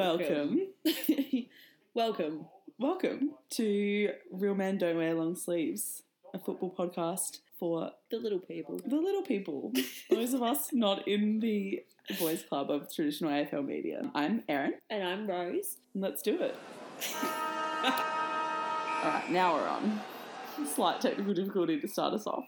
Welcome. Welcome. welcome. Welcome to Real Men Don't Wear Long Sleeves, a football podcast for The little people. the little people, those of us not in the boys' club of traditional AFL media. I'm Erin, And I'm Rose. and let's do it. All right, now we're on. Slight technical difficulty to start us off.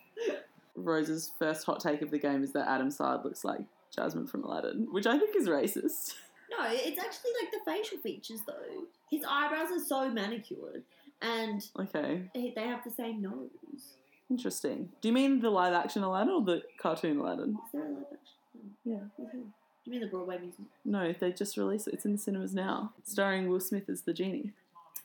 Rose's first hot take of the game is that Adam Sard looks like Jasmine from Aladdin, which I think is racist. No, it's actually like the facial features though. His eyebrows are so manicured and Okay, he- they have the same nose. interesting. Do you mean the live action Aladdin or the cartoon Aladdin? Is there a live action? No. Yeah. Okay. You mean the Broadway musical? No, they just released it. It's in the cinemas now, starring Will Smith as the genie.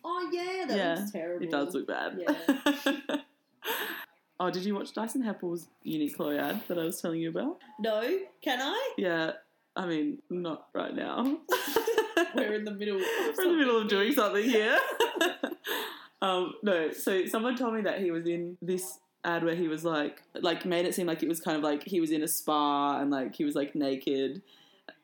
Oh yeah, that Yeah, looks terrible. It does look bad. oh, did you watch Dyson Hepper's Uniqlo ad that I was telling you about? No, can I? Yeah, I mean, not right now. We're in the middle. Of We're in the middle of doing something here. um, no, so someone told me that he was in this ad where he was like, like made it seem like it was kind of like he was in a spa and like he was like naked.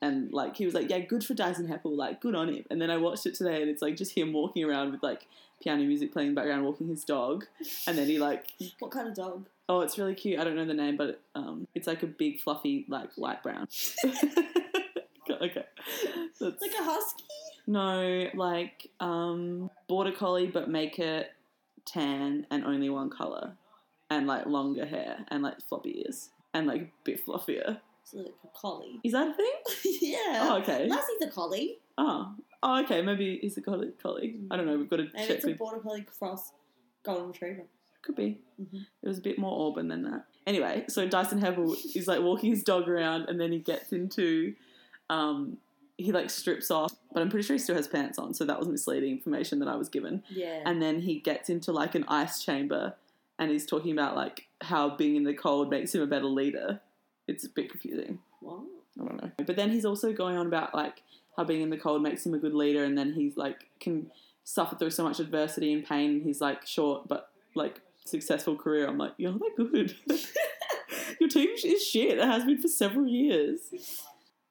And like he was like, yeah, good for Dyson Heppel, like good on him. And then I watched it today, and it's like just him walking around with like piano music playing in the background, walking his dog, and then he like, What kind of dog? oh, it's really cute. I don't know the name, but um, it's like a big fluffy like light brown. okay, That's- Like a husky? no, like um, border collie, but make it tan and only one color, and like longer hair and like floppy ears and like a bit fluffier. It's like a collie. Is that a thing? yeah. Oh, okay. Lassie's a collie. Oh, oh, okay. Maybe he's a collie. collie. I don't know. We've got to Maybe check. it's a With, border collie cross golden retriever. could be. Mhm. It was a bit more auburn than that. Anyway, so Dyson Hevel is like walking his dog around, and then he gets into. Um, he like strips off, but I'm pretty sure he still has pants on. So that was misleading information that I was given. Yeah. and then he gets into like an ice chamber and he's talking about like how being in the cold makes him a better leader. It's a bit confusing. Wow. I don't know. But then he's also going on about like how being in the cold makes him a good leader and then he's like can suffer through so much adversity and pain and he's like short but like successful career. I'm like, you're not good. Your team is shit. It has been for several years.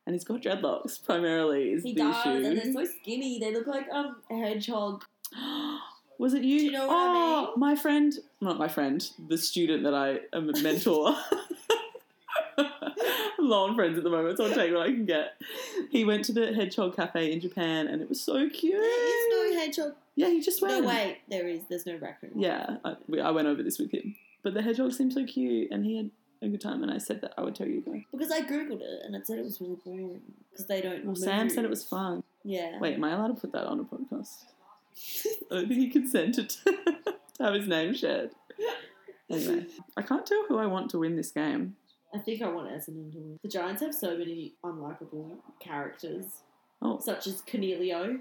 And he's got dreadlocks primarily is He the does, issue. and they're so skinny. They look like um, a hedgehog. Was it you? Do you know what I oh, mean? my friend, not my friend, the student that I am a mentor. I'm low on friends at the moment, so I'll take what I can get. He went to the Hedgehog Cafe in Japan, and it was so cute. There is no hedgehog. yeah, he just went. No, wait, there is. There's no raccoon. Yeah, I, we- I went over this with him, but the hedgehog seemed so cute, and he had a good time. And I said that I would tell you guys. Because I googled it and it said it was really boring because they don't. Well, Sam move. said it was fun. Yeah. Wait, am I allowed to put that on a podcast? I don't think he consented to have his name shared. Anyway, I can't tell who I want to win this game. I think I want Essendon to win. The Giants have so many unlikable characters, Oh, such as Cornelio.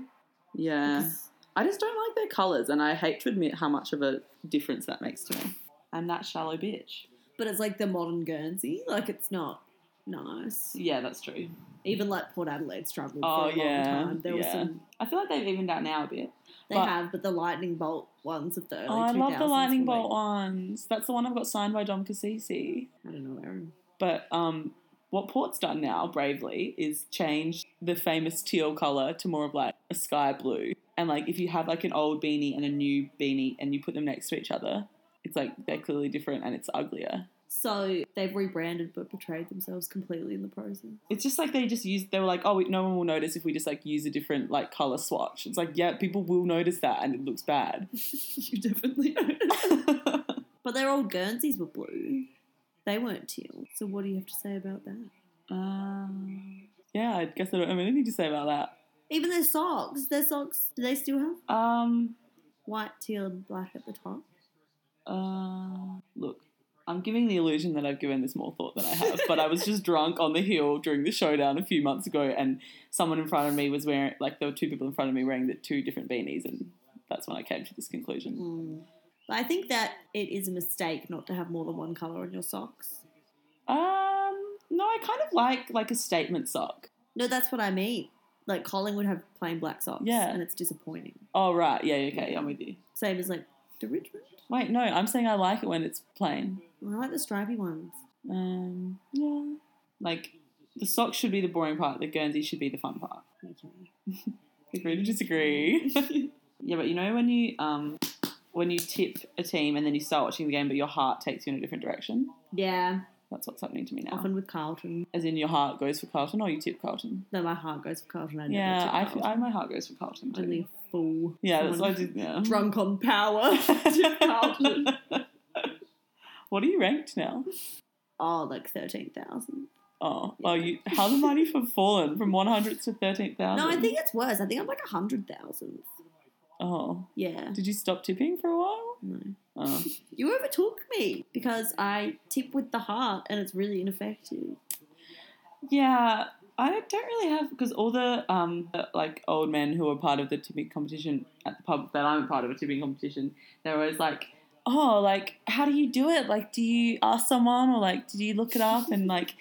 yeah. I just don't like their colours, and I hate to admit how much of a difference that makes to me. I'm that shallow bitch. But it's like the modern Guernsey. Like it's not nice. Yeah, that's true. Even like Port Adelaide struggled Oh, for a yeah, long time. There was yeah. some. I feel like they've evened out now a bit. They But- have, but the lightning bolt ones of the early oh, I love 2000s the were, lightning like, bolt ones. That's the one I've got signed by Dom Cassisi. I don't know, Aaron. But um, what Port's done now, bravely, is change the famous teal colour to more of like a sky blue. And like if you have like an old beanie and a new beanie and you put them next to each other, it's like they're clearly different and it's uglier. So they've rebranded but betrayed themselves completely in the process. It's just like they just used, they were like, oh, we, no one will notice if we just like use a different like colour swatch. It's like, yeah, people will notice that and it looks bad. you definitely But their old Guernseys were blue. They weren't teal. So what do you have to say about that? um, yeah, I guess I don't have anything to say about that. Even their socks. Their socks, do they still have Um, white, teal, and black at the top? Uh, look, I'm giving the illusion that I've given this more thought than I have, but I was just drunk on the hill during the showdown a few months ago, and someone in front of me was wearing, like, there were two people in front of me wearing the two different beanies, and that's when I came to this conclusion. But I think that it is a mistake not to have more than one colour on your socks. Um, no, I kind of like like a statement sock. No, that's what I mean. Like Collingwood have plain black socks. Yeah. And it's disappointing. Oh right, yeah, okay, I'm with you. Same as like the Richmond. Wait, no, I'm saying I like it when it's plain. I like the stripy ones. Um, yeah, like The socks should be the boring part. The Guernsey should be the fun part. Okay. Agree to disagree. yeah, but you know when you um when you tip a team and then you start watching the game, but your heart takes you in a different direction. yeah, That's what's happening to me now. often with Carlton. As in, your heart goes for Carlton, or you tip Carlton. No, my heart goes for Carlton. I never yeah, took I, Carlton. feel, I my heart goes for Carlton. Too. only a fool. yeah, that's what I Someone did. Yeah. Drunk on power. to Carlton. What are you ranked now? Oh, like thirteen thousand. Oh, oh, you. How the mighty have fallen from one hundredth to thirteen thousand. No, I think it's worse. I think I'm like a hundred thousand. Oh, Yeah. did you stop tipping for a while? No. Oh, You overtook me because I tip with the heart and it's really ineffective. yeah. I don't really have because all the um like old men who are part of the tipping competition at the pub that I'm a part of a tipping competition, they're always like, oh, like how do you do it? Like, do you ask someone or like do you look it up? And like,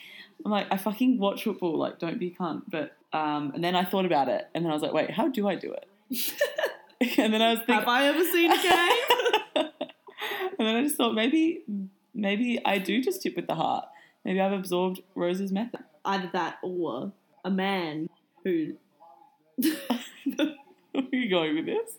I'm like, I fucking watch football. Like, don't be a cunt. But um, and then I thought about it, and then I was like, wait, how do I do it? and then I was thinking, I ever seen and then I just thought maybe maybe I do just tip with the heart. Maybe I've absorbed Rose's method. Either that or a man who Where are you going with this?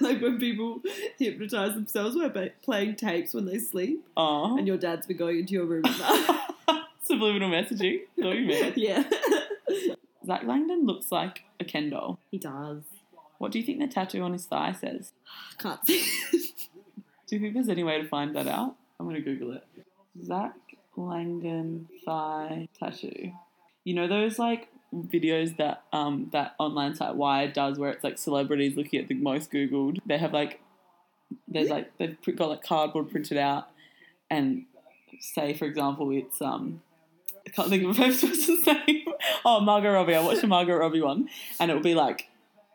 like when people hypnotize themselves by ba- playing tapes when they sleep, Oh, and your dad's been going into your room. with that. subliminal messaging. That's what you meant. yeah, Zach Langdon looks like a Ken doll. he does. What do you think the tattoo on his thigh says? I can't see. Do you think there's any way to find that out? I'm gonna Google it. Zach Langdon thigh tattoo. You know those like videos that um that online site Wired does where it's like celebrities looking at the most googled. They have like there's like they've pr- got like cardboard printed out and say for example it's um I can't think of a famous person's name. Oh Margot Robbie. I watched a Margot Robbie one and it will be like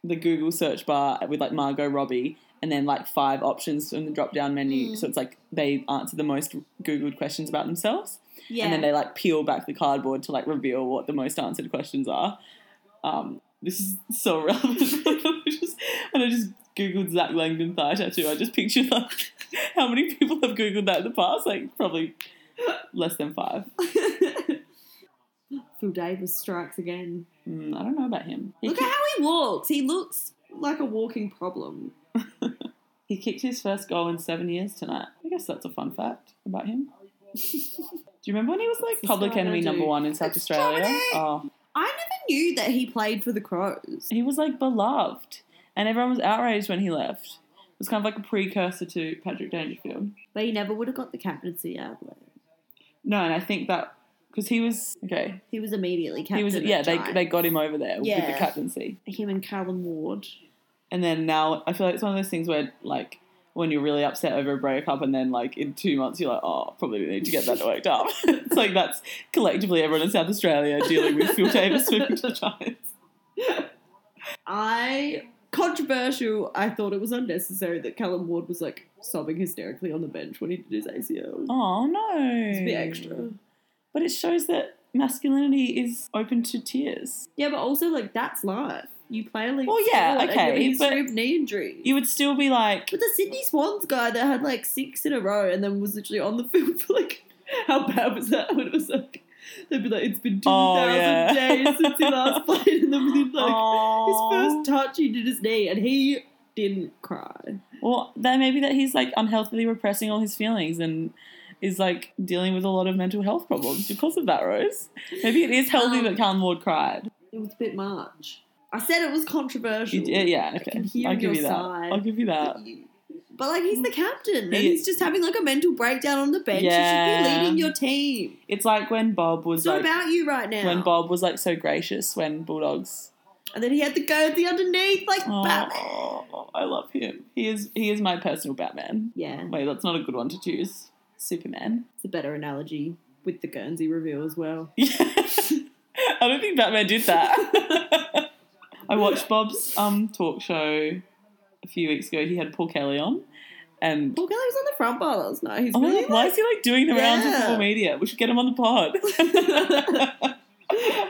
the Google search bar with like Margot Robbie and then like five options from the drop down menu. Mm. So it's like they answer the most Googled questions about themselves. Yeah, And then they like peel back the cardboard to like reveal what the most answered questions are. Um, this is so relevant. I just- and I just Googled Zach Langdon thigh tattoo. I just pictured like how many people have Googled that in the past? Like probably less than five. Phil Davis strikes again. Mm, I don't know about him. He Look at how he walks. He looks like a walking problem. He kicked his first goal in seven years tonight. I guess that's a fun fact about him. do you remember when he was like This is public what I'm enemy gonna number do. one in South It's Australia? Dominic! Oh, I never knew that he played for the Crows. he was like beloved, and everyone was outraged when he left. It was kind of like a precursor to Patrick Dangerfield. But he never would have got the captaincy out of it. No, and I think that because he was okay, He was immediately captain. he was at yeah. They Giants. they got him over there with Yeah. the captaincy, him and Callum Ward. and then now I feel like it's one of those things where like. When you're really upset over a breakup, and then like in two months you're like, oh, probably need to get that worked up. it's like that's collectively everyone in South Australia dealing with Phil Davis moving to the Giants. I controversial. I thought it was unnecessary that Callum Ward was like sobbing hysterically on the bench when he did his ACL. Oh no, It's a bit extra. But it shows that masculinity is open to tears. Yeah, but also like that's life. You play a league. Well, yeah, sport and okay, you have a history but- of knee injury. You would still be like, But the Sydney Swans guy that had like six in a row and then was literally on the field for like, how bad was that? When it was like, they'd be like, it's been 2,000 Oh, yeah. days since he last played. And then within like his "Aw." first touch, he did his knee and he didn't cry. Well, that maybe that he's like unhealthily repressing all his feelings and is like dealing with a lot of mental health problems because of that, Rose. Maybe it is healthy Um, that Callum Ward cried. It was a bit much. I said it was controversial. You did- yeah, I can okay. hear I'll your give you that. side. I'll give you that. But you- But like he's the captain, and He- he's just having like a mental breakdown on the bench. You should Yeah. be leading your team. It's like when Bob It's was not like about you right now. when Bob was like so gracious when Bulldogs. and then he had the Guernsey underneath, like Batman. Oh, I love him. He is he is my personal Batman. Yeah, Wait, that's not a good one to choose. Superman. it's a better analogy with the Guernsey reveal as well. I don't think Batman did that. I watched Bob's um, talk show a few weeks ago. He had Paul Kelly on, and Paul Kelly was on the front bar last night. He's oh my really god, why is he like doing the rounds of Yeah. football media? We should get him on the pod.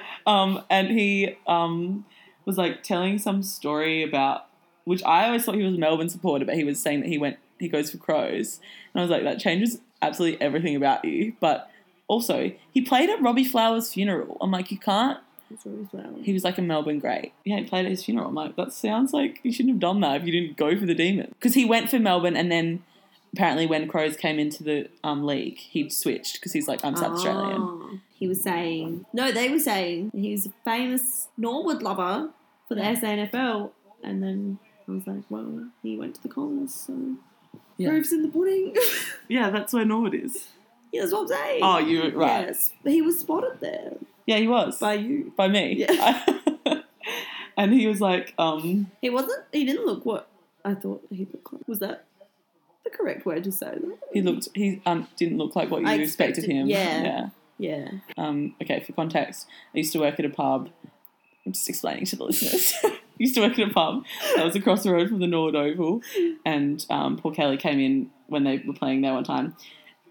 um, and he um, was like telling some story about which I always thought he was a Melbourne supporter, but he was saying that he went he goes for Crows, and I was like that changes absolutely everything about you. But Also, he played at Robbie Flowers' funeral. I'm like, you can't. It's Robbie Flowers. He was like a Melbourne great. Yeah, he played at his funeral. I'm like, that sounds like you shouldn't have done that if you didn't go for the Demons. Because he went for Melbourne and then apparently when Crows came into the um, league, he'd switched because he's like, I'm South Australian. Ah, He was saying, no, they were saying he was a famous Norwood lover for the SANFL. And then I was like, well, he went to the Collins, so Yeah. proof's in the pudding. Yeah, that's where Norwood is. yeah, that's what I'm saying. Oh, you right. Yes. But he was spotted there Yeah, he was. by you. by me. Yeah. and he was like, um, He wasn't, he didn't look what I thought he looked like. Was that the correct way to say that? he looked, he um, didn't look like what you I expected, expected- him. yeah. yeah. Yeah. Um, okay, for context, I used to work at a pub. I'm just explaining to the listeners. used to work at a pub that was across the road from the Nord Oval, and um, Paul Kelly came in when they were playing there one time,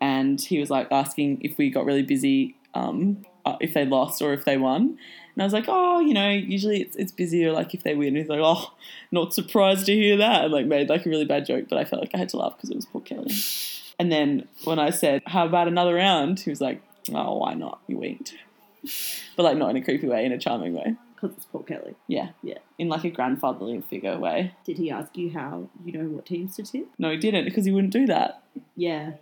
and he was like asking if we got really busy, um, uh, if they lost or if they won. And I was like, oh, you know, usually it's, it's busier like if they win. He's like, oh, not surprised to hear that. And like made like a really bad joke, but I felt like I had to laugh because it was Paul Kelly. And then when I said, how about another round? He was like, oh, why not? You winked. But like not in a creepy way, in a charming way. Because it's Paul Kelly. Yeah. Yeah. In like a grandfatherly figure way. Did he ask you how you know what teams to tip? No, he didn't because he wouldn't do that. Yeah.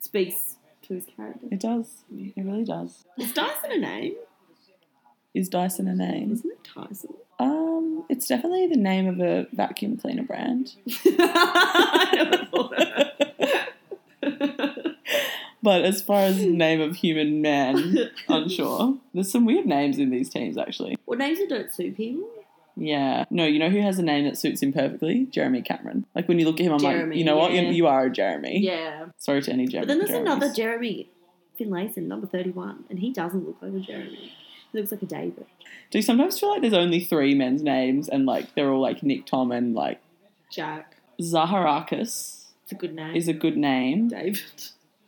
Speaks to his character. It does. It really does. Is Dyson a name? Is Dyson a name? Isn't it Tyson? Um, it's definitely the name of a vacuum cleaner brand. I never thought of that. But as far as name of human man, unsure. There's some weird names in these teams actually. Well, names that don't suit people. Yeah. No, you know who has a name that suits him perfectly? Jeremy Cameron. Like when you look at him, I'm like, Jeremy, you know what? You, yeah. you are a Jeremy. Yeah. Sorry to any Eh? Jeremy. But then there's Jeremys. another Jeremy Finlayson, number 31, and he doesn't look like a Jeremy. He looks like a David. Do you sometimes feel like there's only three men's names and like they're all like Nick Tom and like Jack. Zaharakis It's a good name. is a good name, David.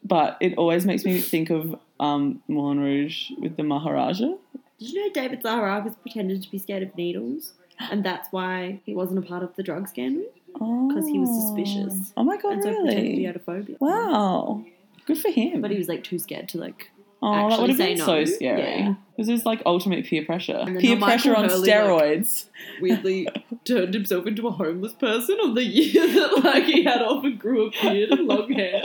but it always makes me think of um, Moulin Rouge with the Maharaja. Did you know David Zaharakis pretended to be scared of needles? And that's why he wasn't a part of the drug scandal. Because he was suspicious. Oh my god, and so pretended he really? had a phobia. Wow. Good for him. But he was like too scared to like oh, that actually would have say been no. so scary. Yeah. Because it was like ultimate peer pressure. And then Peer the pressure on Michael Hurley, like- steroids. weirdly turned himself into a homeless person on the year that like he had off and grew a beard and long hair.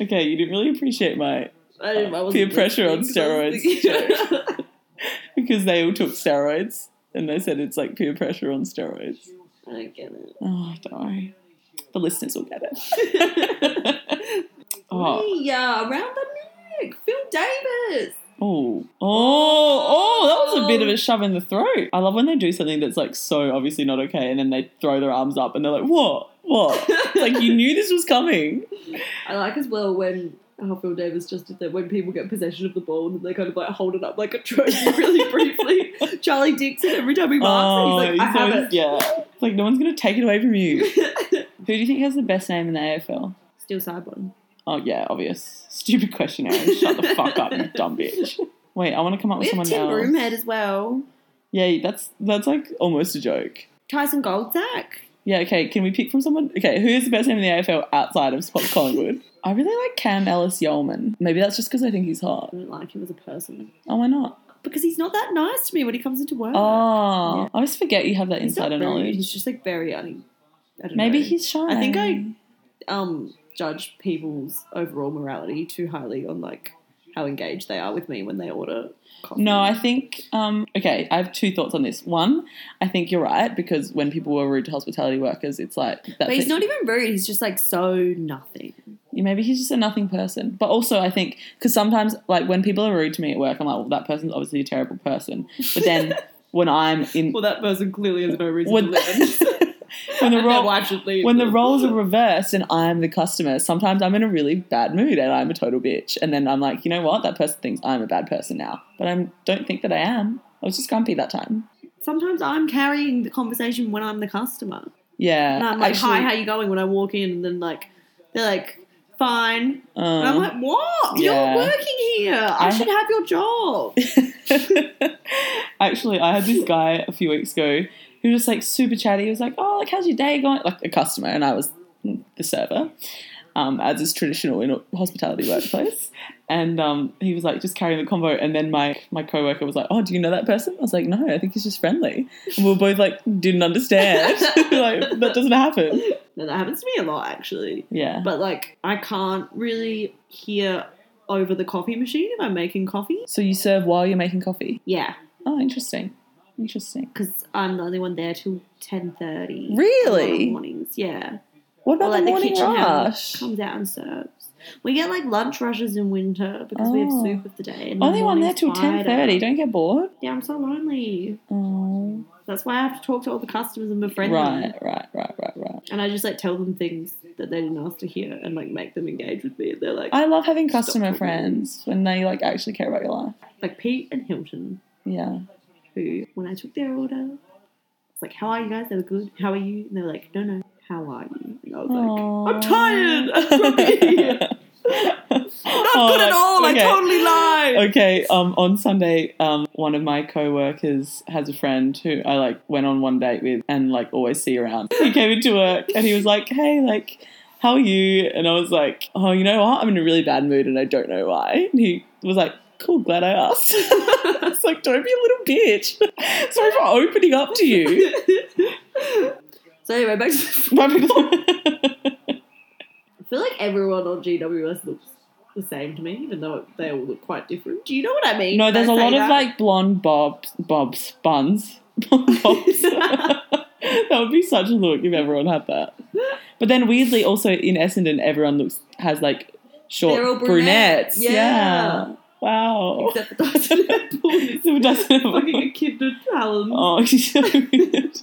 okay, you didn't really appreciate my I didn't, I wasn't Peer pressure on listening 'cause I was steroids. thinking- because they all took steroids and they said it's like peer pressure on steroids. I don't get it. Oh, don't worry. The listeners will get it. oh, Yeah, around the neck. Phil Davis. oh, oh, oh, that was a bit of a shove in the throat. I love when they do something that's like so obviously not okay and then they throw their arms up and they're like, what? What? It's like you knew this was coming. I like as well when how Phil Davis just did that when people get possession of the ball and they kind of like hold it up like a trophy really briefly. Charlie Dixon every time he marks it, he's like, I Oh, so- have it. Yeah. It's like no one's going to take it away from you. Who do you think has the best name in the AFL? Still sideline. Oh, yeah, obvious. Stupid question, Aaron. Shut the fuck up, you dumb bitch. Wait, I want to come up We with have someone Tim else. Broomhead as well. Yeah, that's that's like almost a joke. Tyson Goldsack. Yeah, okay. Can we pick from someone? Okay, who is the best name in the AFL outside of Scott Collingwood? I really like Cam Ellis Yeoman. Maybe that's just because I think he's hot. I don't like him as a person. Oh, why not? Because he's not that nice to me when he comes into work. Oh, Yeah. I always forget you have that He's not insider rude, knowledge. He's just like very un- I don't Maybe know. he's shy. I think I- um judge people's overall morality too highly on like how engaged they are with me when they order coffee. No, I think. Um, okay, I have two thoughts on this. One, I think you're right because when people were rude to hospitality workers, it's like that's But he's it. not even rude. He's just like so nothing. Maybe he's just a nothing person. But also, I think because sometimes, like when people are rude to me at work, I'm like, well, that person's obviously a terrible person. But then when I'm in Well, that person clearly has no reason when, when the role should leave. when the roles are reversed and I'm the customer, sometimes I'm in a really bad mood and I'm a total bitch. And then I'm like, you know what? That person thinks I'm a bad person now, but I don't think that I am. I was just grumpy that time. Sometimes I'm carrying the conversation when I'm the customer. Yeah, And I'm like, hi, actually- how you going? When I walk in, and then like they're like, fine. And um, I'm like, what? yeah. You're working here. I, I- should have your job. Actually, I had this guy a few weeks ago who was just like super chatty. He was like, "Oh, like how's your day going?" Like a customer, and I was the server. um, as is traditional in a hospitality workplace. And um, he was like just carrying the convo, and then my my coworker was like, "Oh, do you know that person?" I was like, "No, I think he's just friendly." And we were both like, "Didn't understand. like that doesn't happen." No, that happens to me a lot actually. Yeah, But like, I can't really hear over the coffee machine if I'm making coffee. So you serve while you're making coffee. Yeah, Oh, interesting. Interesting. because I'm the only one there till ten thirty. Really? Mornings, yeah. What about Or, like, the the morning kitchen hand rush? Comes out and serves. We get like lunch rushes in winter because we have Oh. soup of the day. And the Only one there morning's till ten quieter. thirty. Don't get bored. Yeah, I'm so lonely. Oh, That's why I have to talk to all the customers and befriend right, them. right, right, right, right. And I just like tell them things that they didn't ask to hear and like make them engage with me. And they're like, I love having Stop customer talking. friends when they like actually care about your life. like Pete and Hilton, Yeah. who when I took their order, it's like, how are you guys? They were good. How are you? And they were like, no, no, how are you? And I was like, I'm tired. I'm from here. Not good Oh, at all. I totally lied. Okay, um, on Sunday, um, one of my co-workers has a friend who I like went on one date with and like always see around. He came into work and he was like, "Hey, like, how are you?" And I was like, "Oh, you know what? I'm in a really bad mood and I don't know why." And he was like, "Cool, glad I asked." It's like, "Don't be a little bitch. Sorry for opening up to you." so anyway, back to the I feel like everyone on GWS looks the same to me, even though they all look quite different. Do you know what I mean? No, when there's I a say lot of that? like blonde bobs, bobs, buns, bobs. that would be such a look if everyone had that. But then weirdly, also in Essendon, everyone looks has like short They're all brunettes. brunettes, yeah. Wow. Except the Dyson Apple is It doesn't have fucking a kid with talons. Oh, she's so weird.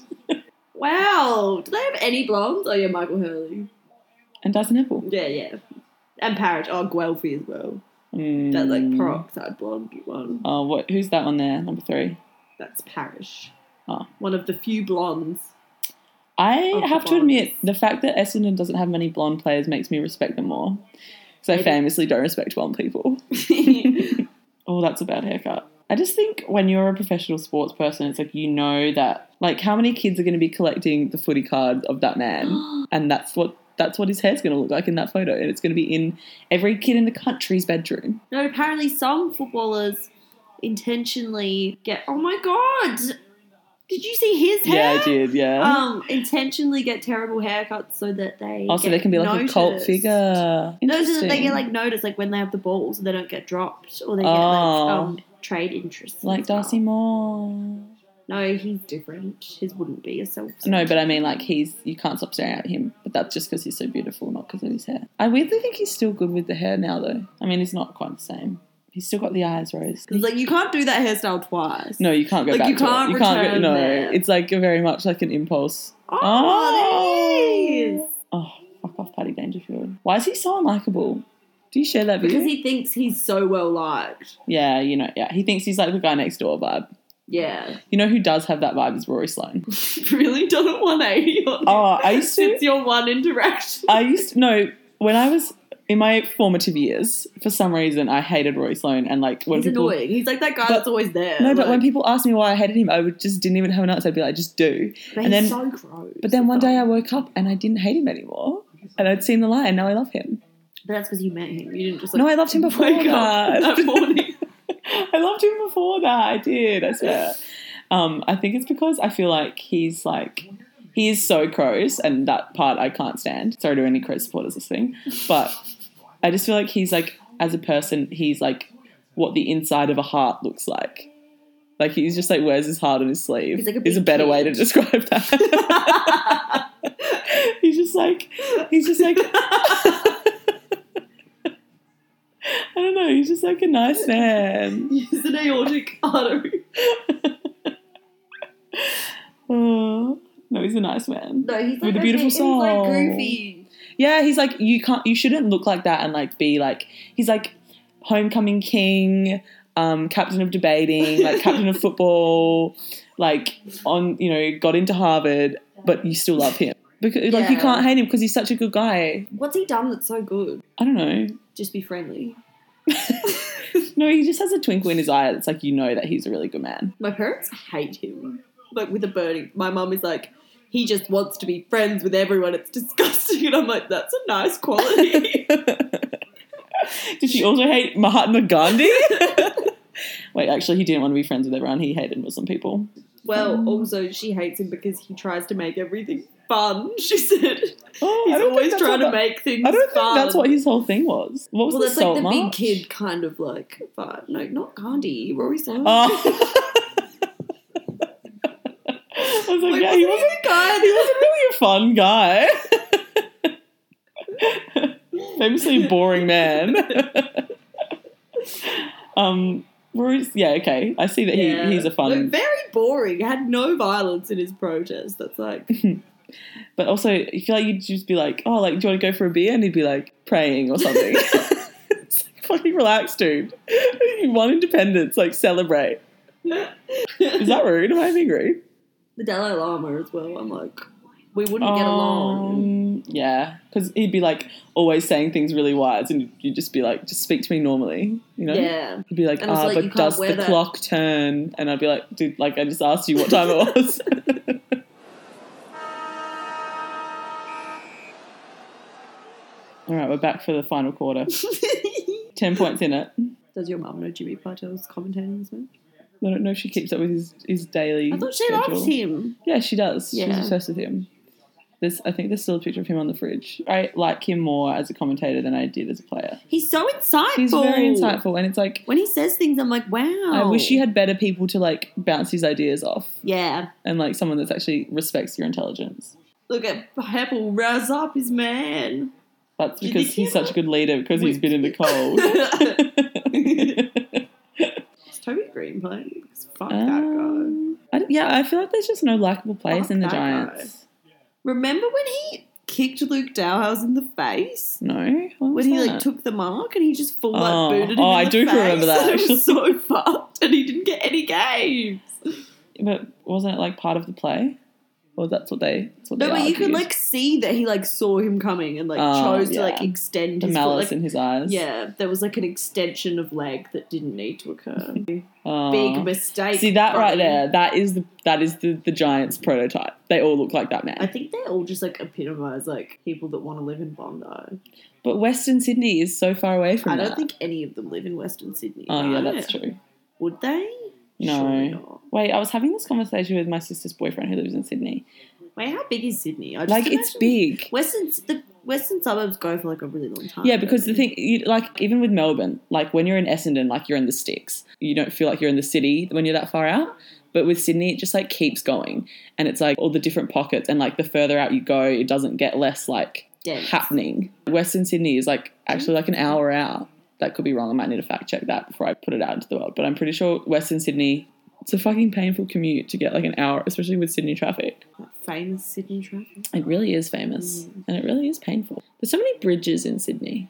Wow. Do they have any blondes? Oh, yeah, Michael Hurley. And does nipple. Yeah, yeah. And Parrot. Oh, Guelphy as well. Mm. That, like, peroxide blonde one. Oh, what? Who's that on there? Number three. That's Parish. Oh. One of the few blondes. I Of the have to blondes. admit, the fact that Essendon doesn't have many blonde players makes me respect them more. Because I Maybe. famously don't respect blonde people. Oh, that's a bad haircut. I just think when you're a professional sports person, it's like you know that like how many kids are going to be collecting the footy cards of that man, and that's what that's what his hair's going to look like in that photo, and it's going to be in every kid in the country's bedroom. No, apparently some footballers intentionally get. Oh my god! Did you see his hair? Yeah, I did. Yeah. Um, intentionally get terrible haircuts so that they. also, get Oh, they can be like a cult noticed. figure. No, so that they Interesting. get like noticed, like when they have the ball, so they don't get dropped or they get Oh. like um, trade interest. and like stuff. Darcy Moore. No, he's different. His wouldn't be a self. No, but I mean, like he's you can't stop staring at him, but that's just because he's so beautiful, not because of his hair. I weirdly think he's still good with the hair now, though. I mean, he's not quite the same. He's still got the eyes, Rose. because like you can't do that hairstyle twice. No, you can't go Like, back you to it. can't You can't go. return No, there. it's like a very much like an impulse. Oh, there he is. Oh, fuck off, Paddy Dangerfield. Why is he so unlikable? Do you share that view? Because he thinks he's so well liked. yeah, you know, yeah. He thinks he's like the guy next door vibe. Yeah, You know who does have that vibe is Rory Sloane. really done a one eighty. Oh, I used to. It's your one interaction. I used to. No, when I was in my formative years, for some reason, I hated Rory Sloane and like when He's people. annoying. He's like that guy But- that's always there. No, but when like- people asked me why I hated him, I would just didn't even have an answer. I'd be like, just do. but and he's then- so gross. But then one day I woke up and I didn't hate him anymore. And I'd seen the lie and now I love him. But that's because you met him. You didn't just like oh No, I loved him before wake that. up that morning. I loved him before that. I did. I swear. Um, I think it's because I feel like he's like he is so crows, and that part I can't stand. Sorry to any crow supporters listening, but I just feel like he's like as a person, he's like what the inside of a heart looks like. Like he's just like wears his heart on his sleeve. He's like a is a big better way to kid. describe that. he's just like he's just like I don't know. He's just like a nice man. He's an aortic artery. Oh, no, he's a nice man. No, he's like With a beautiful he's like soul. goofy. Yeah, he's like you can't, you shouldn't look like that and like be like he's like homecoming king, um, captain of debating, like captain of football, like on you know got into Harvard, but you still love him because like you Yeah. can't hate him because he's such a good guy. What's he done that's so good? I don't know. Just be friendly. No, he just has a twinkle in his eye. It's like you know that he's a really good man. My parents hate him, like with a burning. My mum is like, he just wants to be friends with everyone. It's disgusting. And I'm like, that's a nice quality. Did she also hate Mahatma Gandhi? Wait, actually, he didn't want to be friends with everyone. He hated Muslim people. well, also, she hates him because he tries to make everything fun, she said. Oh, He's always trying to make. make things I don't fun. think that's what his whole thing was. What was well, the that's like the salt big march? kid kind of like, but no, not Gandhi, Rory Song. Oh. I was like, Like, yeah, he wasn't wasn't. a guy He wasn't really a fun guy. Famously a boring man. um, Rory's yeah okay. I see that Yeah. he, he's a Like, fun, very boring. Had no violence in his protest. That's like, but also I feel like you'd just be like, oh, like, do you want to go for a beer? And he'd be like praying or something. it's like, fucking relax, dude. You want independence? Like celebrate. Is the that rude? Am I being rude? Dalai Lama as well. I'm like, we wouldn't get along. Um, Yeah, because he'd be like always saying things really wise, and you'd just be like, just speak to me normally, you know? Yeah, He'd be like, And it's ah, like, you but can't does wear the that- clock turn? And I'd be like, dude, like I just asked you what time it was. All right, we're back for the final quarter. Ten points in it. Does your mum know Jimmy Patel's commentating this much? I don't know if she keeps up with his, his daily. I thought she schedule. liked him. Yeah, she does. Yeah. She's obsessed with him. There's, I think there's still a picture of him on the fridge. I like him more as a commentator than I did as a player. He's so insightful. He's Oh. very insightful, and it's like When he says things, I'm like, wow. I wish you had better people to like bounce his ideas off, Yeah. and like someone that's actually respects your intelligence. Look at Pebble rouse up his man. That's Do you because think he he's such a good leader because he's been in the cold. It's Toby Green playing. Fuck that guy. Um, I don't- yeah, I feel like there's just no likable players Fuck in the that guy. Giants. Remember when he kicked Luke Dowhouse in the face? No, What was When he like that? took the mark and he just full Oh. like booted him. Oh, in I the do face. remember that, It was so fucked, and he didn't get any games. but wasn't it like part of the play? Or that's what they. That's what No, they but you could argued. like see that he like saw him coming and like Oh, chose to yeah. like extend the his foot, malice like, in his eyes. Yeah, there was like an extension of leg that didn't need to occur. Oh. Big mistake. See that right buddy. there. That is the that is the the Giants prototype. They all look like that I man. think they all just like epitomize like people that want to live in Bondi. But Western Sydney is so far away from I don't that. think any of them live in Western Sydney. oh yeah, right? that's true. Would they? No. Surely not. Wait, I was having this conversation with my sister's boyfriend who lives in Sydney. Wait, how big is Sydney? I just Like it's imagine- big. Western the Western suburbs go for like a really long time. Yeah, because the don't they? thing, you, like even with Melbourne, like when you're in Essendon, like you're in the sticks. You don't feel like you're in the city when you're that far out. But with Sydney, it just like keeps going, and it's like all the different pockets, and like the further out you go, it doesn't get less like Dense. happening. Western Sydney is like actually like an hour out. That could be wrong. I might need to fact check that before I put it out into the world. But I'm pretty sure Western Sydney. It's a fucking painful commute to get like an hour, especially with Sydney traffic. That famous Sydney traffic. It really is famous, Mm. and it really is painful. There's so many bridges in Sydney.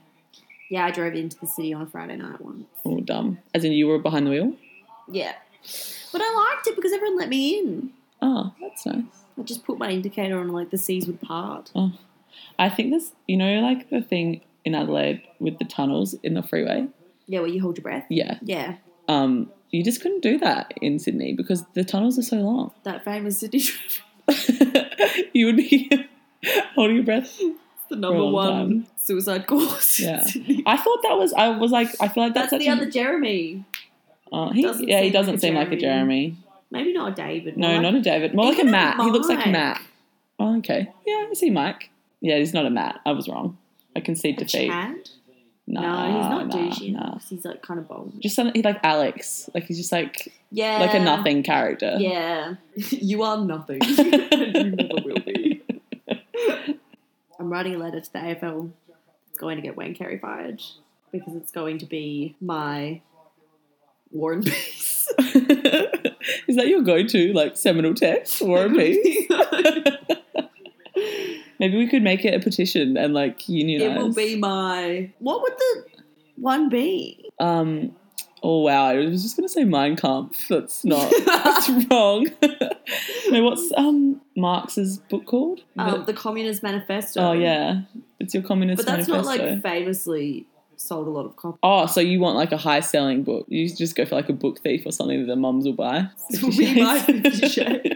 Yeah, I drove into the city on a Friday night one. Oh, dumb. As in, you were behind the wheel. Yeah, but I liked it because everyone let me in. Oh, that's nice. I just put my indicator on like the seas would part. I think this, you know, like the thing in Adelaide with the tunnels in the freeway. Yeah, where you hold your breath. Yeah. Yeah, Um, you just couldn't do that in Sydney because the tunnels are so long. that famous Sydney traffic. you would be holding your breath The For number a long one time. suicide course. in Yeah. Sydney. I thought that was. I was like. I feel like that's, That's the such other Jeremy. A, uh, he, Doesn't yeah, he seem doesn't like a seem like a Jeremy. Maybe not a David. No, more not like- a David. More like a Even a Matt. He looks like Mike. Matt. Oh, okay. Yeah, I see Mike. Yeah, he's not a Matt. I was wrong. I concede a defeat. Chad. Nah, no, he's not nah, douchey. nah. He's like kind of bold. Just something he like Alex. Like he's just like Yeah. like a nothing character. Yeah. you are nothing. you never will be. I'm writing a letter to the AFL. It's going to get Wayne Carey fired because it's going to be my war and peace. Is that your go-to like seminal text, War and Peace? Maybe we could make it a petition and like It unionize. will be my. What would the one be? Um, oh wow, I was just gonna say Mein Kampf. That's not. Oh. that's wrong. no, what's um Marx's book called? Um, the Communist Manifesto. oh yeah, it's your communist But that's not manifesto. like famously sold a lot of copies. Oh, so you want like a high selling book? You just go for like a book thief or something that the mums will buy. We buy Fifty Shades.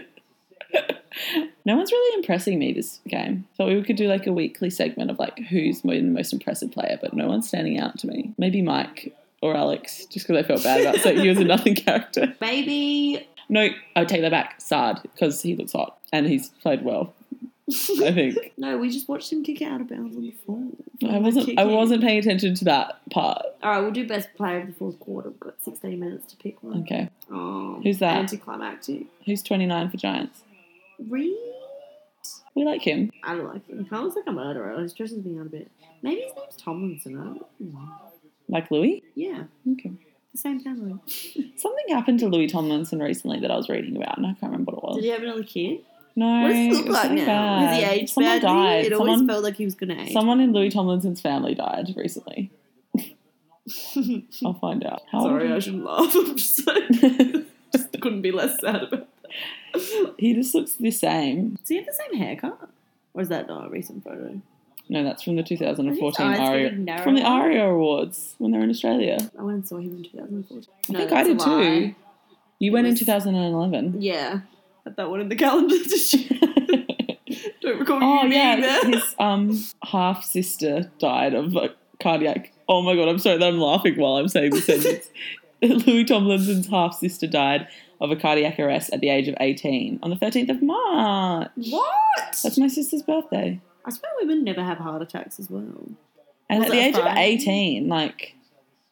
No one's really impressing me this game. Thought we could do like a weekly segment of like who's mo- the most impressive player, but no one's standing out to me. Maybe Mike or Alex, just because I felt bad about saying he was a nothing character. Maybe No, I would take that back. Sard, because he looks hot and he's played well. I think no, we just watched him kick it out of bounds on the floor. I wasn't. I wasn't paying attention to that part. All right, we'll do best player of the fourth quarter. We've got 16 minutes to pick one. Okay, Oh, Who's that? Anticlimactic. who's twenty nine for Giants? Reed. We like him. I don't like him. He looks like a murderer. He stresses me out a bit. Maybe his name's Tomlinson. I don't know. Like Louis. Yeah, Okay. the same family. Something happened to Louis Tomlinson recently that I was reading about, and I can't remember what it was. Did he have another kid? Oh. No, What does he it look was like something now? bad. Has he aged Someone badly? It died. Someone, always felt like he was going to age. someone in Louis Tomlinson's family died recently. I'll find out. How old Sorry, I is shouldn't laugh. I'm just so he? just couldn't be less sad about that. he just looks the same. Does he have the same haircut? Or is that not a recent photo? No, that's from the 2014 eyes ARIA. getting narrower? From the ARIA Awards when they were in Australia. I went and saw him in 2014. I think I did too. You It went in was- 2011. Yeah. Had that one in the calendar. Did you? Don't recall oh you yeah, being there. his um half sister died of a cardiac. Oh my god, I'm sorry that I'm laughing while I'm saying this sentence. Louis Tomlinson's half sister died of a cardiac arrest at the age of 18 on the 13th of March. What? That's my sister's birthday. I swear women never have heart attacks as well. And Was at the that age of Friday? 18, like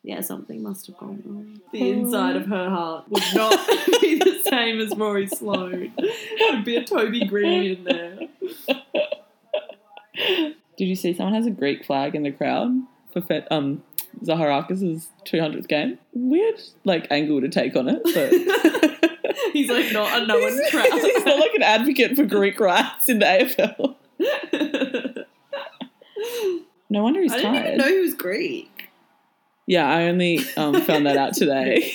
Yeah, something must have gone wrong. The inside of her heart would not be the same as Rory Sloan. There'd be a Toby Green in there. did you see someone has a Greek flag in the crowd for Fe- um Zaharakis' 200th game? Weird like angle to take on it, but He's like not a no one's He's not like an advocate for Greek rights in the AFL. crowd. No wonder he's I didn't tired. even know he was Greek. Yeah, I only um, found that out today.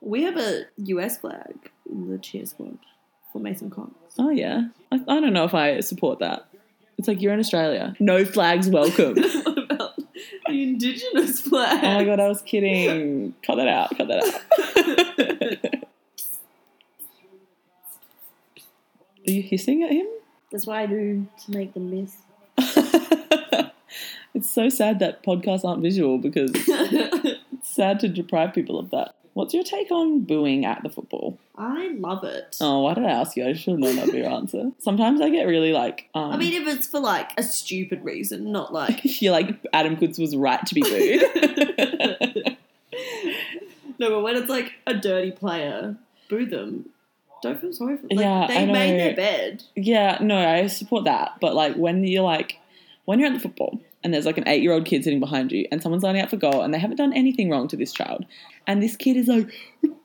we have a US flag in the cheer squad for Mason Cox. oh yeah, I, I don't know if I support that. It's like you're in Australia. No flags welcome. what about the indigenous flag? oh my god, I was kidding. Cut that out. Cut that out. Are you hissing at him? That's what I do to make them miss. it's so sad that podcasts aren't visual because it's sad to deprive people of that. What's your take on booing at the football? I love it. Oh, why did I ask you? I should have known that'd be your answer. Sometimes I get really like, um, I mean, if it's for like a stupid reason, not like. you're like Adam Goods was right to be booed. no, but when it's like a dirty player, boo them. Don't feel sorry for them. Like, Yeah, they I know. made their bed. yeah, no, I support that, but like when you're like when you're at the football and there's like an eight year old kid sitting behind you and someone's lining up for goal and they haven't done anything wrong to this child and this kid is like, boo,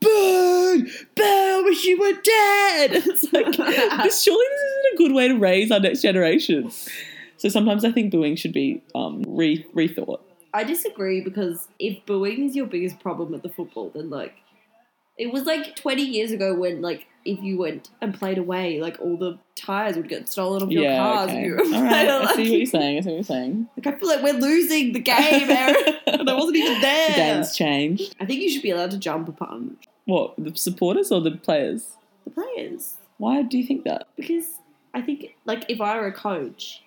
boo, I wish you were dead. It's like this, surely this isn't a good way to raise our next generation. So sometimes I think booing should be um, re rethought. I disagree because if booing is your biggest problem at the football, then like it was like twenty years ago when like if you went and played away, like all the tires would get stolen off your cars. okay. If you were a All right, player, I see what you're like, saying. I see what you're saying. like I feel like we're losing the game, Aaron. and I wasn't even The there. game's changed. I think you should be allowed to jump a punch. What the supporters or the players? The players. Why do you think that? Because I think, like, if I were a coach,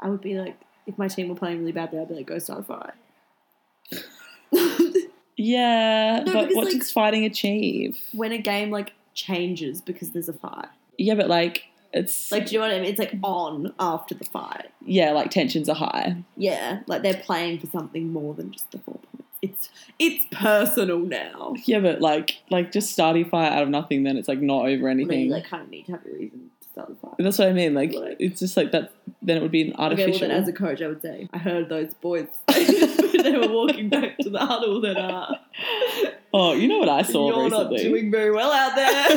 I would be like, if my team were playing really badly, I'd be like, go start a fight. Yeah, No, but because, what like- does fighting achieve? when a game, like, changes because there's a fight. Yeah, but like it's Like, like do you know what I mean? It's like on after the fight. yeah, like tensions are high. Yeah, like they're playing for something more than just the four points. It's it's personal now. Yeah, but like like just starting a fire out of nothing, then it's like not over I mean, anything. you like kind of need to have a reason to start the fight. That's what I mean. Like Like- it's just like that. Then it would be an Okay, artificial. well then, as a coach, I would say I heard those boys. when they were walking back to the huddle. That uh, oh, you know what I saw you're recently? not doing very well out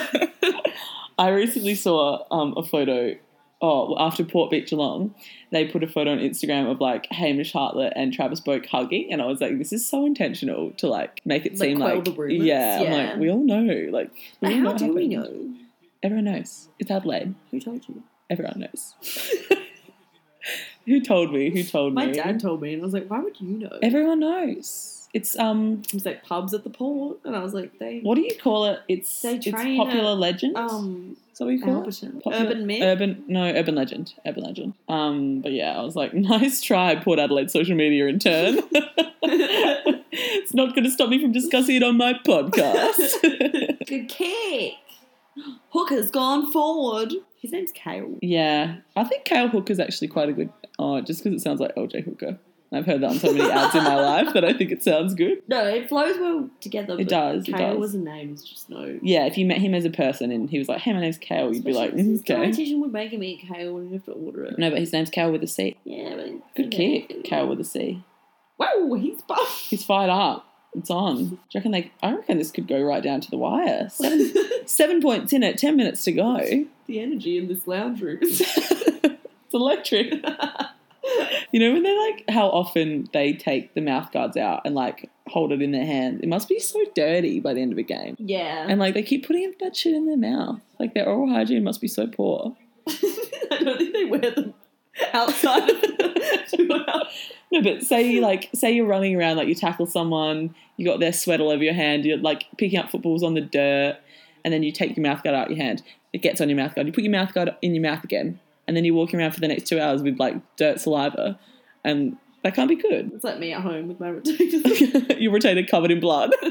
there. I recently saw um, a photo. Oh, after Port Beach Geelong, they put a photo on Instagram of like Hamish Hartlett and Travis Boak hugging, and I was like, "This is so intentional to like make it Like, seem quell like, the rumours, yeah, I'm yeah. like, we all know, like, we But all how what do we happened. know? Everyone knows. It's Adelaide. Who told you? Everyone knows. Who told me? Who told My me? dad told me, and I was like, why would you know? Everyone knows. It's um, It was like pubs at the port, and I was like, they what do you call it? It's They it's train popular at, legend. um Is that what you call it? Alberton, Popular- urban myth. Urban no, urban legend. Urban legend. Um, but yeah, I was like, nice try, Port Adelaide social media intern. it's not going to stop me from discussing it on my podcast. Good kick. Hooker's gone forward. His name's Kale. yeah, I think Kale Hooker's actually quite a good. Oh, just because it sounds like LJ Hooker. I've heard that on so many ads in my life that I think it sounds good. No, it flows well together. but It does, it Kale does. was a name. It's just no. Yeah, if you met him as a person and he was like, "Hey, my name's Kale," you'd be like, Especially since mm, The "Okay." dietitian would make him eat kale and you have to order it. No, but his name's Cal with a C. Yeah, but Good kick, Cal with a C. Wow, he's buff. He's fired up. It's on. Do you reckon they? I reckon this could go right down to the wire. Seven, seven points in it. Ten minutes to go. the energy in this lounge room. It's electric. you know when they like how often they take the mouth guards out and like hold it in their hand. It must be so dirty by the end of a game. yeah. And like they keep putting that shit in their mouth. Like their oral hygiene must be so poor. I don't think they wear them outside of the No, but say you like say you're running around, like you tackle someone, you got their sweat all over your hand, you're like picking up footballs on the dirt, and then you take your mouth guard out your hand. It gets on your mouth guard. You put your mouth guard in your mouth again, and then you're walking around for the next two hours with like dirt saliva, and that can't be good. It's like me at home with my retainers. your retainer covered in blood.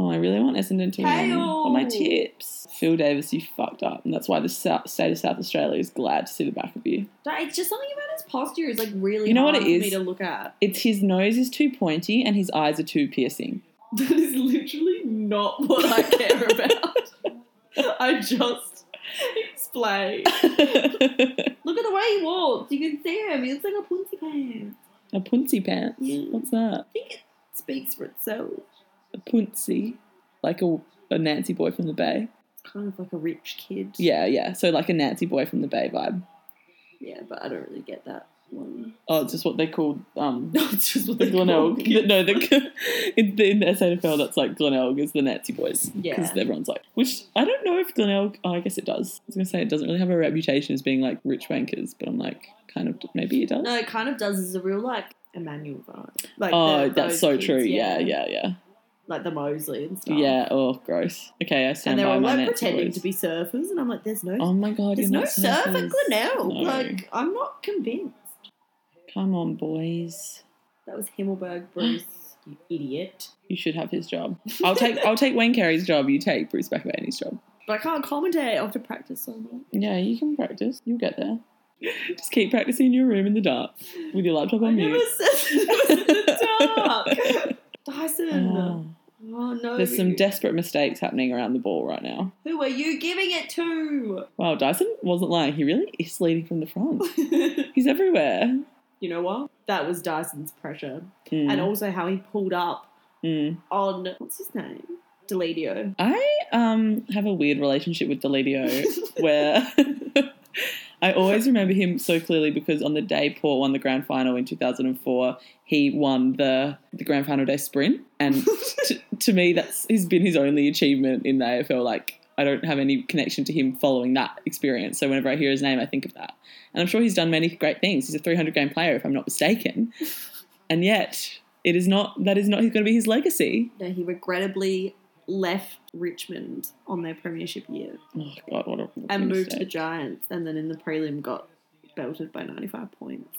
oh, I really want Essendon to win. Kale! For my tips, Phil Davis, you fucked up, and that's why the South, state of South Australia is glad to see the back of you. It's just something about his posture is like really You know what hard it for is? me to look at. It's his nose is too pointy and his eyes are too piercing. That is literally not what I care about. I just explain. a Look at the way he walks. You can see him. He looks like a punsy pants. puncy pants. Yeah. What's that? I think it speaks for itself. A puncy, like a, a Nancy boy from the Bay. It's kind of like a rich kid. Yeah, yeah. So like a Nancy boy from the Bay vibe. Yeah, but I don't really get that one. Oh, it's just what they called um, No, it's just what the they call Glenelg. kids. no, the in, the, in the SNFL, that's like Glenelg is the Nancy boys. Yeah. Because everyone's like, which I don't know if Glenelg. Oh, I guess it does. I was gonna say it doesn't really have a reputation as being like rich wankers, but I'm like, kind of, maybe it does. No, it kind of does as a real like Emmanuel vibe. Like oh, the- that's those so kids, true. Yeah, yeah, yeah, Like the Mosley and yeah. stuff. Oh, gross. Okay, I And stand they by were my like Nancy pretending boys. to be surfers, and I'm like, there's no, Oh my god, there's no you're not surf at surfers. Glenelg. No. Like, I'm not convinced. Come on, boys. That was Himmelberg, Bruce, you idiot. You should have his job. I'll take I'll take Wayne Carey's job, you take Bruce Backburney's job. But I can't commentate after practice so much. Yeah, you can practice. You'll get there. Just keep practicing in your room in the dark with your laptop I on never mute. said it was in the dark. Dyson. Ah, Oh no. there's some desperate mistakes happening around the ball right now. Who are you giving it to? Wow, Dyson wasn't lying. He really is leading from the front. He's everywhere. you know what? That was Dyson's pressure. Mm, And also how he pulled up mm. on what's his name? Deledio. I um have a weird relationship with Deledio. where I always remember him so clearly because on the day Port won the grand final in 2004, he won the the grand final day sprint, and t- to me, that's has been his only achievement in the AFL. Like. I don't have any connection to him following that experience. So whenever I hear his name, I think of that. And I'm sure he's done many great things. He's a 300 game player, if I'm not mistaken. And yet, it is not that is not going to be his legacy. no, he regrettably left Richmond on their premiership year Oh God, what a what a and moved to the mistake. Giants and then in the prelim got belted by 95 points.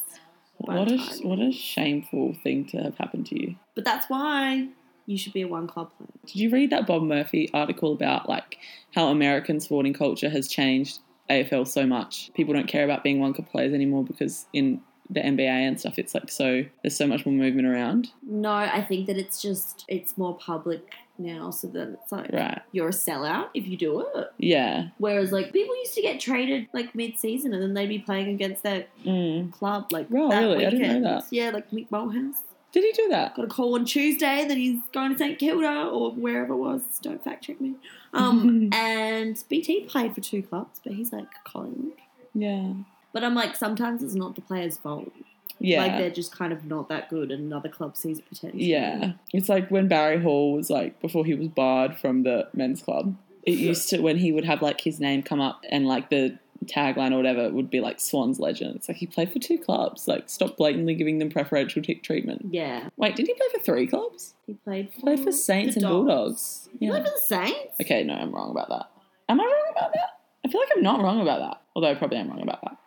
by What a Tigers. what a shameful thing to have happened to you. But that's why you should be a one club player. Did you read that Bob Murphy article about like how American sporting culture has changed AFL so much? People don't care about being one cup players anymore because in the NBA and stuff, it's like so there's so much more movement around. No, I think that it's just it's more public now so that it's like Right. you're a sellout if you do it. Yeah. Whereas like people used to get traded like mid season and then they'd be playing against their Mm. club like Wow, that really? I weekend. didn't know that. Yeah, like Mick Mulhouse. Did he do that? Got a call on Tuesday that he's going to St Kilda or wherever it was. Don't fact check me. Um, and BT played for two clubs, but he's like Collingwood. Yeah. But I'm like, sometimes it's not the player's fault. Yeah. Like they're just kind of not that good, and another club sees potential. Yeah. It's like when Barry Hall was like, before he was barred from the men's club, it used to, when he would have like his name come up and like the tagline or whatever would be like Swan's legend. It's like he played for two clubs. Like stop blatantly giving them preferential t- treatment. Yeah. Wait, did he play for three clubs? He played for, He played for Saints Mm, the and Dogs. Bulldogs. He Yeah. played for the Saints? Okay, no, I'm wrong about that. Am I wrong about that? I feel like I'm not wrong about that. Although I probably am wrong about that.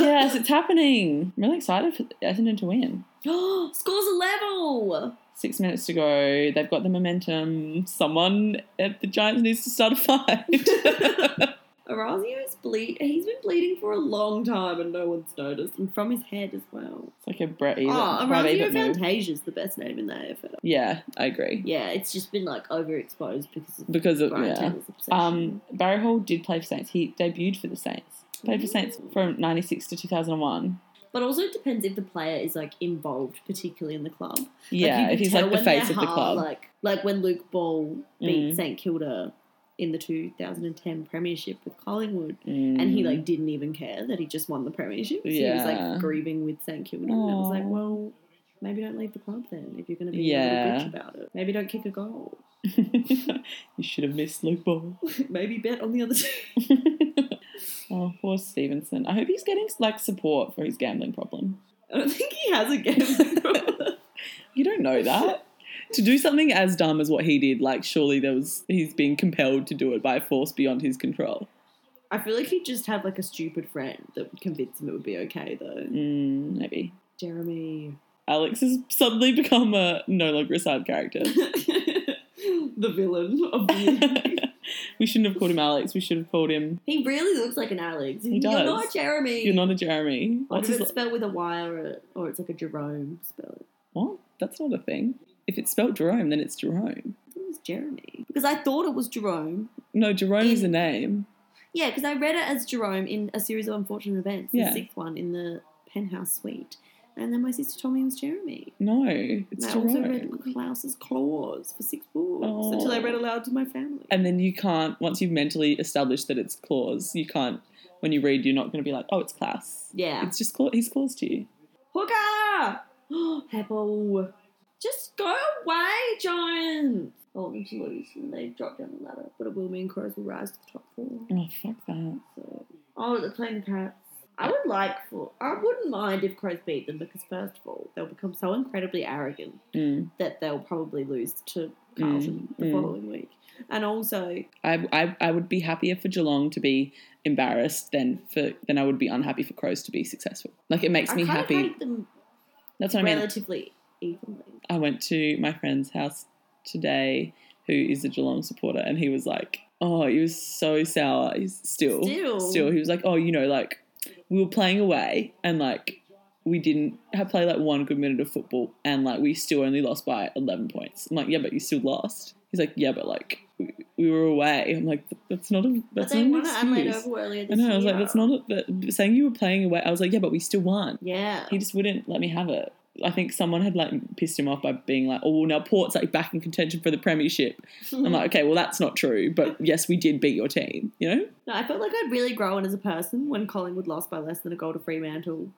yes, it's happening. I'm really excited for Essendon to win. Scores a level! Six minutes to go. They've got the momentum. Someone at the Giants needs to start a fight. Orazio is bleed. He's been bleeding for a long time and no one's noticed, and from his head as well. it's like a Brett Ebert, Oh, Brad Orazio Ebert move. Fantasia's the best name in the AFL. Yeah, I agree. Yeah, it's just been like overexposed because of Because of, Brian yeah. Taylor's obsession. Um, Barry Hall did play for Saints. He debuted for the Saints. Played for Saints from 96 to 2001. but also it depends if the player is like involved, particularly in the club. Like, Yeah, you can if he's tell like the when they're face of the hard, club. Like, like when Luke Ball beat Mm. St Kilda in the 2010 Premiership with Collingwood. Mm. and he like didn't even care that he just won the premiership. So He was Yeah. like grieving with St Kilda, and I was like, Aw. well, maybe don't leave the club then if you're going to be a Yeah. little bitch about it. Maybe don't kick a goal. you should have missed Luke Ball. maybe bet on the other team. oh, poor Stevenson. I hope he's getting like support for his gambling problem. I don't think he has a game. problem. You don't know that. to do something as dumb as what he did, like surely there was he's being compelled to do it by a force beyond his control. I feel like he just had like a stupid friend that would convince him it would be okay though. Mm, maybe Jeremy, Alex has suddenly become a no longer a side character. the villain of the. we shouldn't have called him Alex. We should have called him. He really looks like an Alex. He You're does. not Jeremy. You're not a Jeremy. Like What's if his? it's spelled with a Y or, a, or it's like a Jerome spell. What? That's not a thing. If it's spelled Jerome, then it's Jerome. thought it was Jeremy because I thought it was Jerome. No, Jerome is a name. Yeah, because I read it as Jerome in a series of unfortunate events, Yeah. the sixth one in the penthouse suite, and then my sister told me it was Jeremy. No, it's and I Jerome. also read Klaus's claws for six books Oh. until I read aloud to my family. and then you can't once you've mentally established that it's clause. You can't when you read. You're not going to be like, oh, it's class. yeah, It's just clause. He's clause to you. hooker, Heppel, just go away, Giants. I want them to lose, and they drop down the ladder. But it will mean Crows will rise to the top four. Oh fuck that. So, oh, they're playing the Cats. I would like for. I wouldn't mind if Crows beat them because, first of all, they'll become so incredibly arrogant Mm. that they'll probably lose to Carlton mm. the following week. And also, I, I I would be happier for Geelong to be embarrassed than for than I would be unhappy for Crows to be successful. Like it makes I me kind happy. of rate them That's what I mean. relatively evenly. I went to my friend's house today, who is a Geelong supporter, and he was like, "Oh, he was so sour. He's still, Still. He was like, "Oh, you know, like we were playing away, and like we didn't have played like one good minute of football, and like we still only lost by eleven points." I'm like, "Yeah, but you still lost." He's like, "Yeah, but like we, we were away." I'm like, "That's not a But that's they not won an at Adelaide excuse." Oval earlier I this know. I was like, year. "That's not a, that, saying you were playing away." I was like, "Yeah, but we still won." Yeah. he just wouldn't let me have it. I think someone had like pissed him off by being like, "Oh, well, now Port's like back in contention for the premiership." I'm like, "Okay, well, that's not true, but yes, we did beat your team." You know? No, I felt like I'd really grown as a person when Collingwood lost by less than a goal to Fremantle.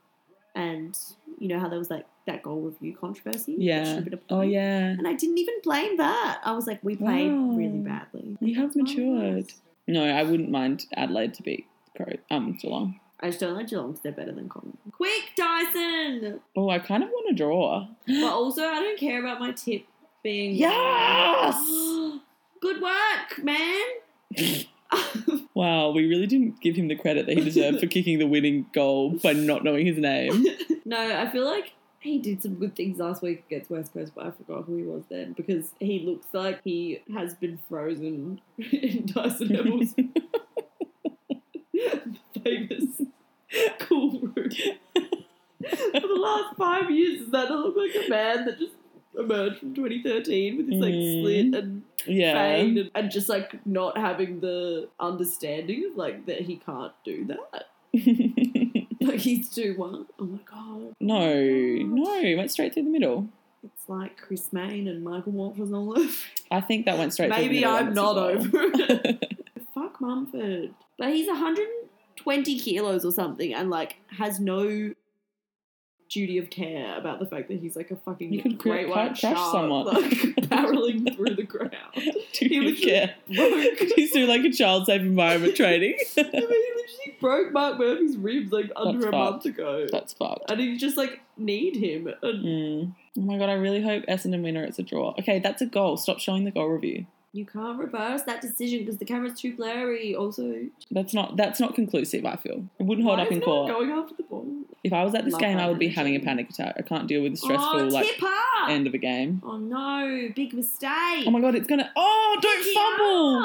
And you know how there was like that goal review controversy? That Yeah. should have been a Oh point. yeah, And I didn't even blame that. I was like, we played Wow. really badly. you have That's fine. matured. No, I wouldn't mind Adelaide to beat Crow. Um, Geelong. I just don't like Geelong 'cause they're better than Collingwood. Quick, Dyson! Oh, I kind of want a draw. But also, I don't care about my tip being. Yes! Good work, man! Wow, we really didn't give him the credit that he deserved for kicking the winning goal by not knowing his name. no, I feel like he did some good things last week against West Coast, but I forgot who he was then because he looks like he has been frozen in Dyson Neville's famous cool room. For the last five years, does that not look like a man that just emerged from 2013 with his like Mm. slit and Yeah, fade and, and just like not having the understanding of like that he can't do that? Like he's too one. Oh my god. no, no, it went straight through the middle. It's like Chris Maine and Michael Walters all over. I think that went straight. through the Maybe middle I'm and not it's a over goal. it. Fuck Mumford. But he's 120 kilos or something and like has no duty of care about the fact that he's like a fucking You could great cr- white crash shark, someone. like barreling through the ground. Do He you was- care? Broke. He's doing like a child safe environment training. I mean, he literally broke Mark Murphy's ribs like under a That's month ago, That's fucked. and you just like need him. And Mm. Oh my god, I really hope Essendon winner it's a draw. Okay, that's a goal. Stop showing the goal review. you can't reverse that decision because the camera's too blurry. Also, That's not that's not conclusive, I feel. It wouldn't hold why up is in no court. one Going after the ball. if I was at this Love game that I would be having a energy. panic attack. I can't deal with the stressful oh, like tipper! end of a game. oh no, big mistake. Oh my god, it's gonna Oh, don't Pick it fumble!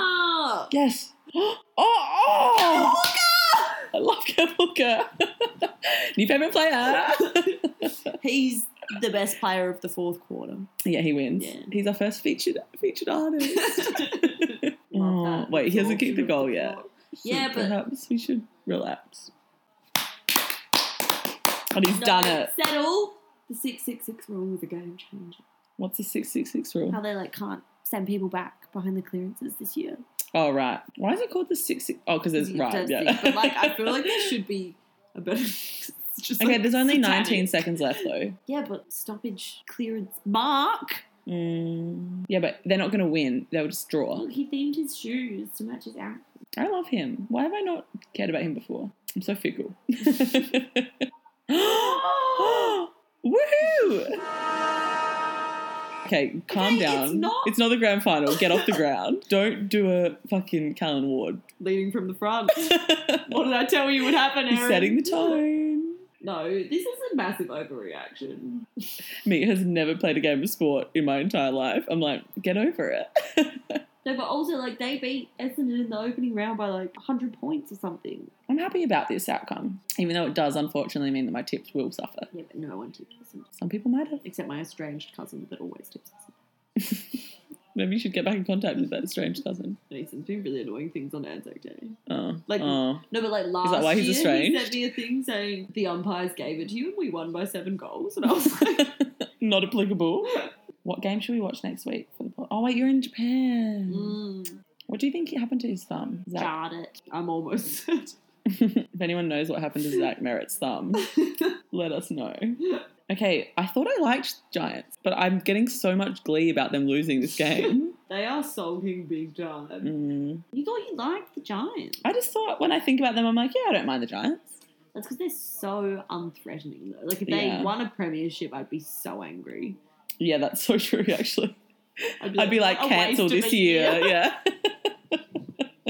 up. Yes. Oh, oh! I love Kevin Walker. New favorite player. He's the best player of the fourth quarter. yeah, he wins. Yeah. He's our first featured featured artist. Love Oh, that wait, he hasn't kicked absorption the of goal yet. plot. Yeah, So but- perhaps we should relax. And he's No, done it. Settle. The six six six rule was a game changer. What's the six six six rule? How they like can't send people back behind the clearances this year. Oh right. Why is it called the six six? Oh, because it's It right. does Yeah. seem- But like, I feel like there should be a better. it's just, okay, like, there's only satanic. 19 seconds left though. Yeah, but stoppage clearance mark. Mm. Yeah, but they're not going to win. They'll just draw. Look, he themed his shoes to match his outfit. I love him. Why have I not cared about him before? I'm so fickle. Oh, Woohoo! Okay, calm Okay, it's down. not- the grand final. Get off the ground. Don't do a fucking Callan Ward. Leading from the front. what He's did I tell you would happen, Aaron? setting the tone. No, this is a massive overreaction. Me has never played a game of sport in my entire life. I'm like, get over it. No, but also like they beat Essendon in the opening round by like 100 points or something. I'm happy about this outcome, even though it does unfortunately mean that my tips will suffer. Yeah, but no one tipped Essendon. Some people might have. Except my estranged cousin that always tips Essendon. Maybe you should get back in contact with that strange cousin. And he's been really annoying things on Anzac Day. Oh, Like- oh. No, but like last that why he's year, estranged? he sent me a thing saying the umpires gave it to you and we won by seven goals. And I was like, not applicable. What game should we watch next week for the pod? Oh wait, you're in Japan. mm, What do you think happened to his thumb? Zach? jarred it. I'm almost certain. if anyone knows what happened to Zach Merritt's thumb, let us know. Okay, I thought I liked Giants, but I'm getting so much glee about them losing this game. They are sulking big time. Mm. You thought you liked the Giants. I just thought when I think about them, I'm like, yeah, I don't mind the Giants. That's because they're so unthreatening. Though. Like if they Yeah. won a premiership, I'd be so angry. Yeah, that's so true, actually. I'd be like, "What a waste cancel of this a year. Yeah.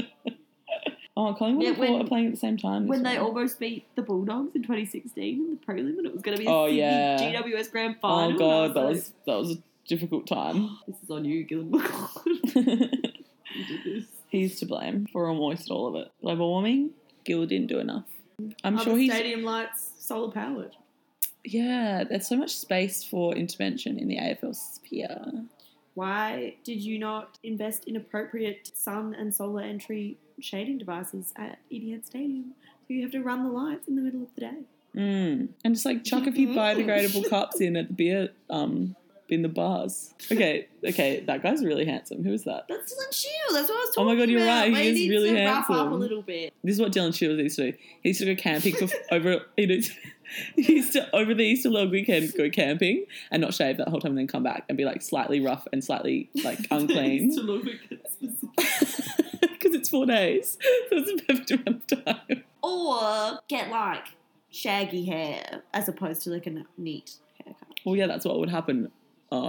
oh, Collingwood Yeah, and Port when- are playing at the same time. this When they one. almost beat the Bulldogs in 2016 in the prelim, and it was going to be a Oh, Sydney yeah. GWS Grand Oh, Final. and I God, that like, was, that was a difficult time. This is on you, Gillian McCord. you did this. he's to blame for almost all of it. Global warming, Gil didn't do enough. I'm Are sure the he's. stadium lights solar powered. Yeah, there's so much space for intervention in the AFL sphere. Why did you not invest in appropriate sun and solar entry shading devices at Etihad Stadium? So you have to run the lights in the middle of the day. Mm. And just like chuck a few biodegradable cups in at the beer, um, in the bars. Okay, okay, that guy's really handsome. Who is that? That's Dylan Shield. That's what I was Oh talking my about. God, you're right. He Like, is needs really to rough up a handsome. little bit. This is what Dylan Shields used to do. He used to go camping for over he used- he used to over the Easter long weekend go camping and not shave that whole time and then come back and be like slightly rough and slightly like unclean to look at specific- because it's four days. So it's a perfect amount of time. or get like shaggy hair as opposed to like a n- neat haircut. Well, yeah, that's what would happen. Oh,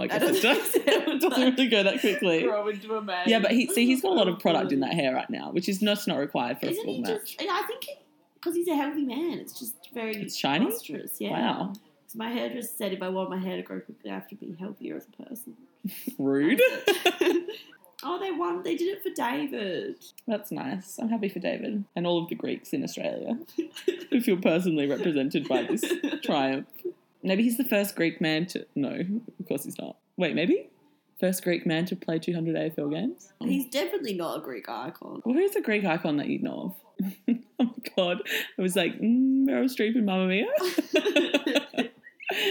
I That guess it does. doesn't- It doesn't really go that quickly. Grow into a man. Yeah, but he see he's got a lot of product in that hair right now, which is not not required for a Isn't full he match. just? and I think because he's a healthy man, it's just very It's shiny? lustrous, Yeah. Wow, So my hairdresser said if I want my hair to grow quickly, I have to be healthier as a person. rude. oh, they won. They did it for David. That's nice. I'm happy for David and all of the Greeks in Australia who feel personally represented by this triumph. Maybe he's the first Greek man to. No, of course he's not. Wait, maybe? First Greek man to play 200 AFL games? He's definitely not a Greek icon. Well, who's the Greek icon that you know of? oh my god. I was like, mm, Meryl Streep in Mamma Mia?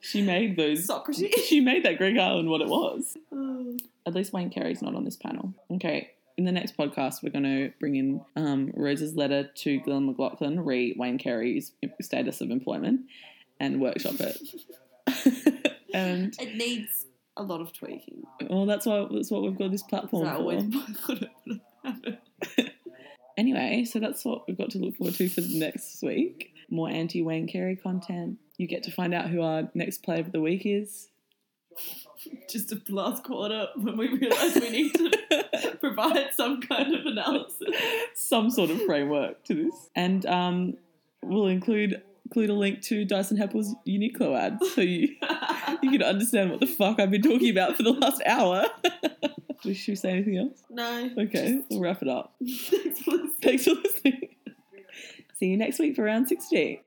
she made those. Socrates. She made that Greek island what it was. Oh. At least Wayne Carey's not on this panel. Okay. In the next podcast, we're going to bring in um, Rose's letter to Glenn McLaughlin re Wayne Carey's status of employment. and workshop it. and It needs a lot of tweaking. well, that's why that's what we've got this platform Because I for. always put it on habit. Anyway, so that's what we've got to look forward to for next week. More anti Wayne Carey content. You get to find out who our next play of the week is. Just a last quarter when we realised we need to provide some kind of analysis. Some sort of framework to this, and um, we'll include include a link to Dyson Happel's Uniqlo ad, so you you can understand what the fuck I've been talking about for the last hour. Should we say anything else? No. Okay, we'll wrap it up. Thanks for listening. Thanks for listening. See you next week for round 60.